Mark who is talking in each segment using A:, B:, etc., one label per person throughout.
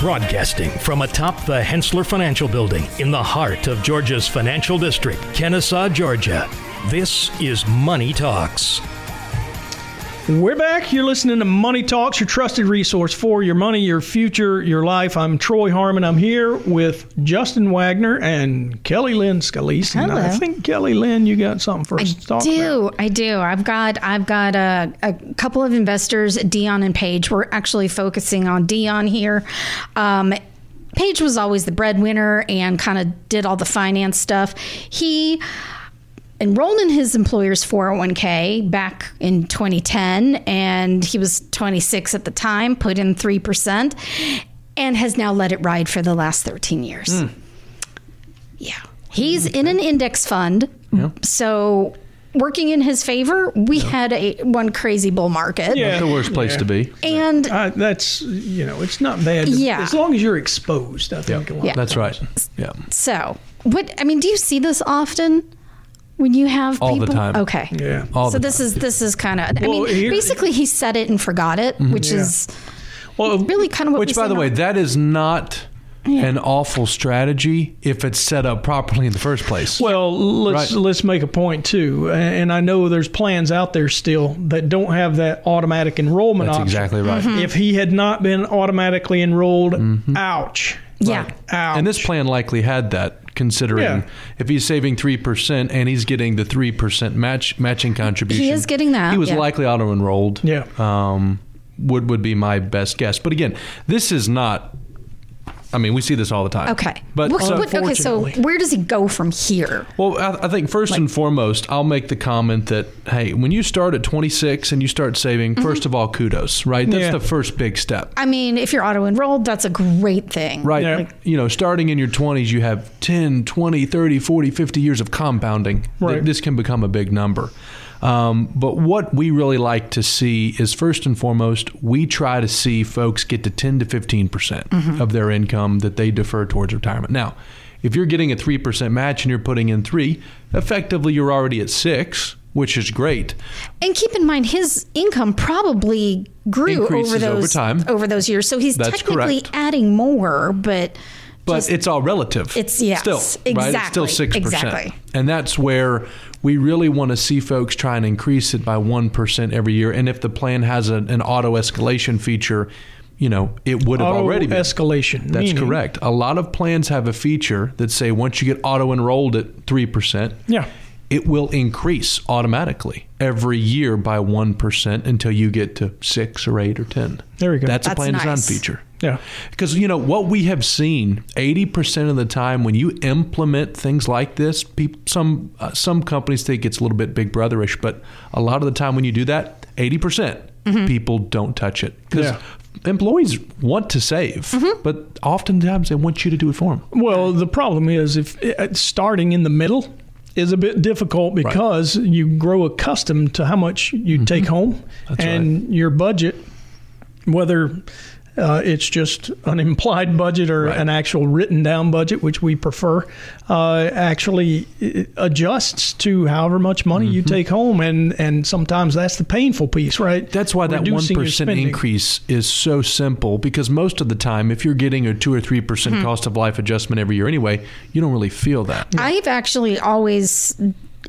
A: Broadcasting from atop the Hensler Financial Building in the heart of Georgia's financial district, Kennesaw, Georgia. This is Money Talks.
B: And we're back. You're listening to Money Talks, your trusted resource for your money, your future, your life. I'm Troy Harmon. I'm here with Justin Wagner and Kelly Lynn Scalise. And
C: Hello.
B: I think Kelly Lynn, you got something for
C: I
B: us to talk about.
C: do. I do. I've got I've got a, a couple of investors, Dion and Paige. We're actually focusing on Dion here. Um, Paige was always the breadwinner and kind of did all the finance stuff. He enrolled in his employer's 401k back in 2010 and he was 26 at the time put in 3% and has now let it ride for the last 13 years yeah he's in an index fund so working in his favor we had a one crazy bull market
B: Yeah.
D: The worst place
B: Yeah.
D: to be.
C: and
B: Uh, that's, you know, it's not bad.
C: Yeah.
B: As long as you're exposed, I think. A lot.
C: Yeah.
D: That's right. Yeah.
C: so what i mean do you see this often when you have
D: All the
C: people
D: time.
C: okay
B: Yeah.
D: All
C: so
D: the
C: this is this is kind of i
B: Well,
C: mean
B: here-
C: basically he said it and forgot it which
B: Yeah.
C: is
B: Well,
C: really kind of what we
D: Which, by
C: say
D: the
C: now.
D: way, that is not an awful strategy if it's set up properly in the first place.
B: Well, let's
D: Right.
B: let's make a point too, and I know there's plans out there still that don't have that automatic enrollment
D: That's
B: option.
D: exactly right.
C: Mm-hmm.
B: If he had not been automatically enrolled,
D: Mm-hmm.
B: ouch,
C: yeah
B: Mm-hmm. ouch.
D: And this plan likely had that, considering
B: Yeah.
D: if he's saving three percent and he's getting the three percent match matching contribution,
C: He is getting that,
D: He was
C: yeah.
D: likely auto enrolled.
B: Yeah.
D: Um, would would be my best guess. But again, this is not. I mean, we see this all the time.
C: okay
D: But
C: What-
D: so-
C: what- okay so
B: Unfortunately.
C: where does he go from here
D: Well, I, I think first and foremost, I'll make the comment that hey, when you start at 26 and you start saving, first of all, kudos, right? That's
B: Yeah.
D: the first big step.
C: I mean, if you're auto enrolled, that's a great thing.
D: Right.
B: Um, Yeah.
D: You know, starting in your 20s, you have 10, 20, 30, 40, 50 years of compounding. Th-
B: Right.
D: This can become a big number. Um, but what we really like to see is first and foremost, we try to see folks get to 10 to 15% percent
B: Mm-hmm.
D: of their income that they defer towards retirement. Now, if you're getting a 3% match and you're putting in three, effectively you're already at six, which is great.
C: And keep in mind, his income probably grew
D: Increases
C: over those
D: over time.
C: over those years. So he's
D: That's
C: technically
D: correct.
C: adding more, but
D: But
C: just-
D: it's all relative.
C: It's- yes,
D: still right. It's still six
C: exactly,
D: percent,
C: exactly.
D: and that's where we really want to see folks try and increase it by one percent every year. And if the plan has a, an auto escalation feature, you know it would have
B: auto
D: already been.
B: escalation.
D: That's
B: meaning-
D: correct. A lot of plans have a feature that say once you get auto enrolled at three percent,
B: Yeah.
D: it will increase automatically every year by one percent until you get to six or eight or ten.
B: There you go.
D: That's, a
C: That's
D: plan design
C: nice.
D: feature.
B: Yeah.
D: Because, you know, what we have seen 80% of the time when you implement things like this, peop some, uh, some companies think it's a little bit big brotherish, but a lot of the time when you do that, 80% percent people don't touch it. Because
B: Mm-hmm. Yeah. Mm-hmm.
D: employees want to save, but oftentimes they want you to do it for them.
B: Well, the problem is if uh, starting in the middle is a bit difficult because you grow accustomed to how much you
D: Mm-hmm.
B: take home and your budget, whether uh, it's just an implied budget or
D: Right.
B: an actual written down budget, which we prefer, uh, actually uh, adjusts to however much money you
D: Mm-hmm.
B: take home, and and sometimes that's the painful piece, right?
D: That's why that one
B: Reducing your
D: percent
B: spending.
D: increase is so simple because most of the time, if you're getting a two or three percent
B: Mm-hmm.
D: cost of life adjustment every year anyway, you don't really feel that.
C: I've actually always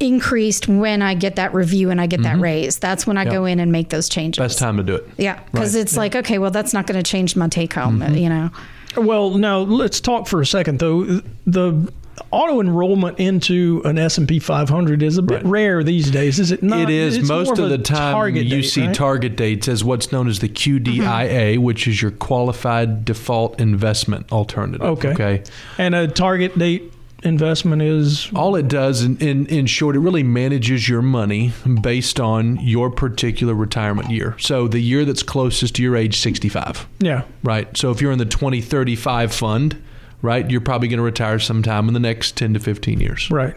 C: increased when I get that review and I get that raise. That's when I go in and make those changes.
D: Mm-hmm. Best time to do it.
C: Yeah, because it's like, okay, well, that's not going to change my take home,
D: Mm-hmm.
C: you know.
B: Well, now let's talk for a second though. The auto enrollment into an S and P 500 is a bit
D: Right.
B: rare these days, is it not?
D: It is
B: Uh, It's
D: most
B: more
D: of,
B: a
D: the time
B: target
D: you
B: date,
D: see
B: right? Mm-hmm.
D: target dates as what's known as the QDIA, which is your qualified default investment alternative.
B: Okay. and a target date investment is
D: All it does, in, in, in short, it really manages your money based on your particular retirement year. So the year that's closest to your age 65,
B: yeah.
D: right? So if you're in the 2035 fund, right, you're probably going to retire sometime in the next 10 to 15 years.
B: Right,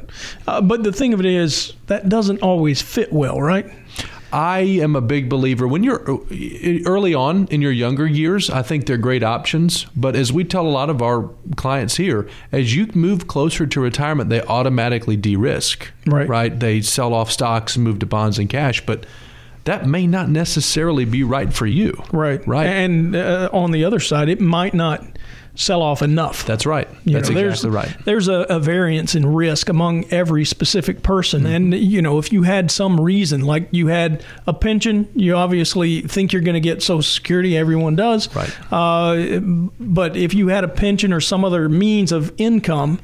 B: uh, but the thing of it is that doesn't always fit well, right?
D: I am a big believer when you're uh, early on in your younger years, I think they're great options. But as we tell a lot of our clients here, as you move closer to retirement, they automatically de risk.
B: Right.
D: Right. They sell off stocks and move to bonds and cash. But that may not necessarily be right for you.
B: Right.
D: Right.
B: And uh, on the other side, it might not sell off enough.
D: That's right.
B: You
D: That's
B: know,
D: exactly
B: there's,
D: right.
B: There's a, a variance in risk among every specific person.
D: Mm-hmm.
B: And, you know, if you had some reason, like you had a pension, you obviously think you're going to get Social Security, everyone does.
D: Right.
B: Uh, but if you had a pension or some other means of income,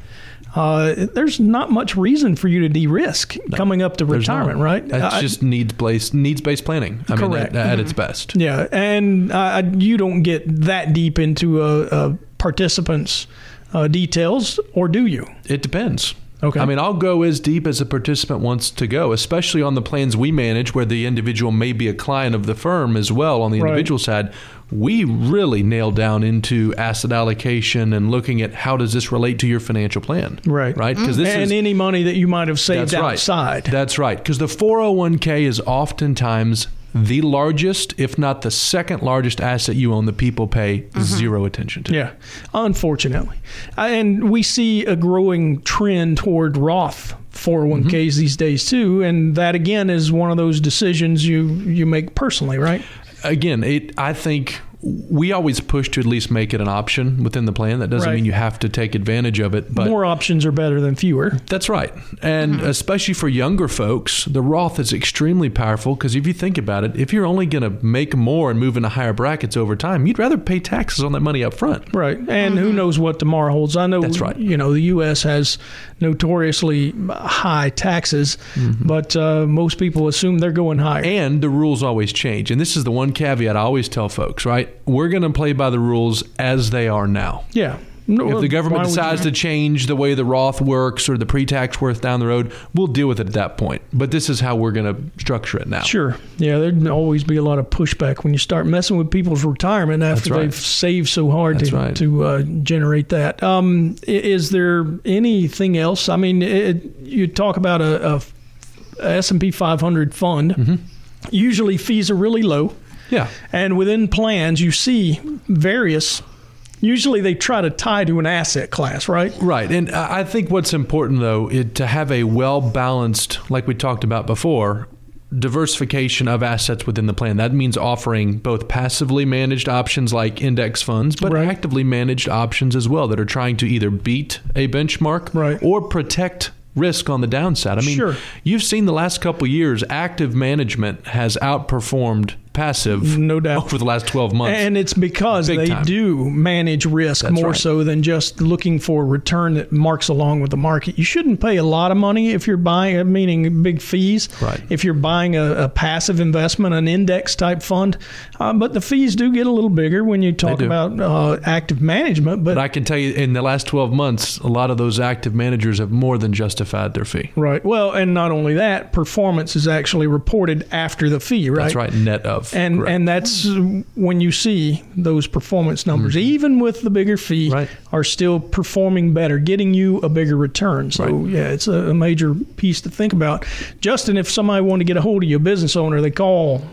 B: uh, there's not much reason for you to de risk coming up to
D: There's not.
B: retirement, right?
D: That's
B: I-
D: just needs based needs based planning. I mean, at,
B: Correct. Mm-hmm.
D: at its best.
B: Yeah, and uh, you don't get that deep into a, a participant's uh, details, or do you?
D: It depends.
B: Okay.
D: I mean, I'll go as deep as a participant wants to go, especially on the plans we manage, where the individual may be a client of the firm as well. On the
B: Right.
D: individual side, we really nail down into asset allocation and looking at how does this relate to your financial plan.
B: Right. Mm-hmm.
D: Right. Because this
B: and
D: is
B: any money that you might have saved
D: That's right.
B: outside.
D: That's right. Because the 401k is oftentimes the largest, if not the second largest asset you own that people pay
B: Mm-hmm.
D: zero attention to.
B: Yeah, unfortunately. Uh, And we see a growing trend toward Roth 401ks
D: Mm-hmm.
B: these days too, and that again is one of those decisions you you make personally, right?
D: Again, it, I think we always push to at least make it an option within the plan. That doesn't
B: Right.
D: mean you have to take advantage of it. But
B: More Mm-hmm. options are better than fewer.
D: That's right. And especially for younger folks, the Roth is extremely powerful because if you think about it, if you're only going to make more and move into higher brackets over time, you'd rather pay taxes on that money up front.
B: Right. And who knows what tomorrow holds. I know,
D: Mm-hmm. That's right.
B: you know, the U.S. has notoriously high taxes, but uh, most people assume they're going higher.
D: Mm-hmm. And the rules always change. And this is the one caveat I always tell folks, right? We're going to play by the rules as they are now.
B: yeah. No,
D: If the
B: why
D: government
B: would you-
D: decides to change the way the Roth works or the pre tax worth down the road, we'll deal with it at that point. But this is how we're going to structure it now.
B: Sure. Yeah, there'd always be a lot of pushback when you start messing with people's retirement after
D: right.
B: they've saved so hard
D: That's
B: to,
D: right.
B: to uh, generate that. Um, i- is there anything else? I mean, it, you talk about a, a S&P 500 fund.
D: Mm-hmm.
B: Usually fees are really low.
D: Yeah.
B: And within plans, you see various. Usually, they try to tie to an asset class, right?
D: Right. And I I think what's important, though, is to have a well balanced, like we talked about before, diversification of assets within the plan. That means offering both passively managed options like index funds, but
B: Right.
D: actively managed options as well that are trying to either beat a benchmark
B: Right.
D: or protect risk on the downside. I mean,
B: Sure.
D: you've seen the last couple years, active management has outperformed passive
B: No doubt.
D: over the last 12 months.
B: And it's because
D: Big
B: they
D: time.
B: do manage risk more
D: right.
B: so than just looking for a return that marks along with the market. You shouldn't pay a lot of money if you're buying, meaning big fees,
D: Right.
B: if you're buying a, a passive investment, an index type fund. Uh, but the fees do get a little bigger when you talk
D: do.
B: about uh, active management. But
D: But I can tell you, in the last 12 months, a lot of those active managers have more than justified their fee.
B: Right. Well, and not only that, performance is actually reported after the fee, right?
D: That's right, net of.
B: And
D: Correct.
B: and that's when you see those performance numbers, even with the bigger fee,
D: Mm-hmm. Right.
B: are still performing better, getting you a bigger return. So
D: Right.
B: yeah, it's a, a major piece to think about. Justin, if somebody wanted to get a hold of you, a business owner, they call oh,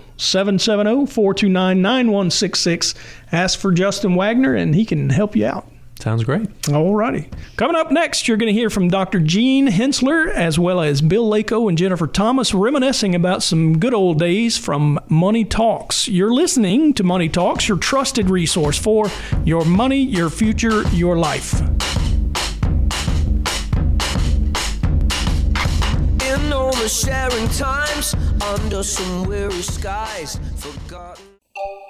B: 770-429-9166. Ask for Justin Wagner, and he can help you out.
D: sounds great.
B: Alrighty. Coming up next, you're going to hear from Dr. Gene Hensler, as well as Bill Lako and Jennifer Thomas, reminiscing about some good old days from Money Talks. You're listening to Money Talks, your trusted resource for your money, your future, your life.
E: In oversharing times, under some weary skies, forgotten.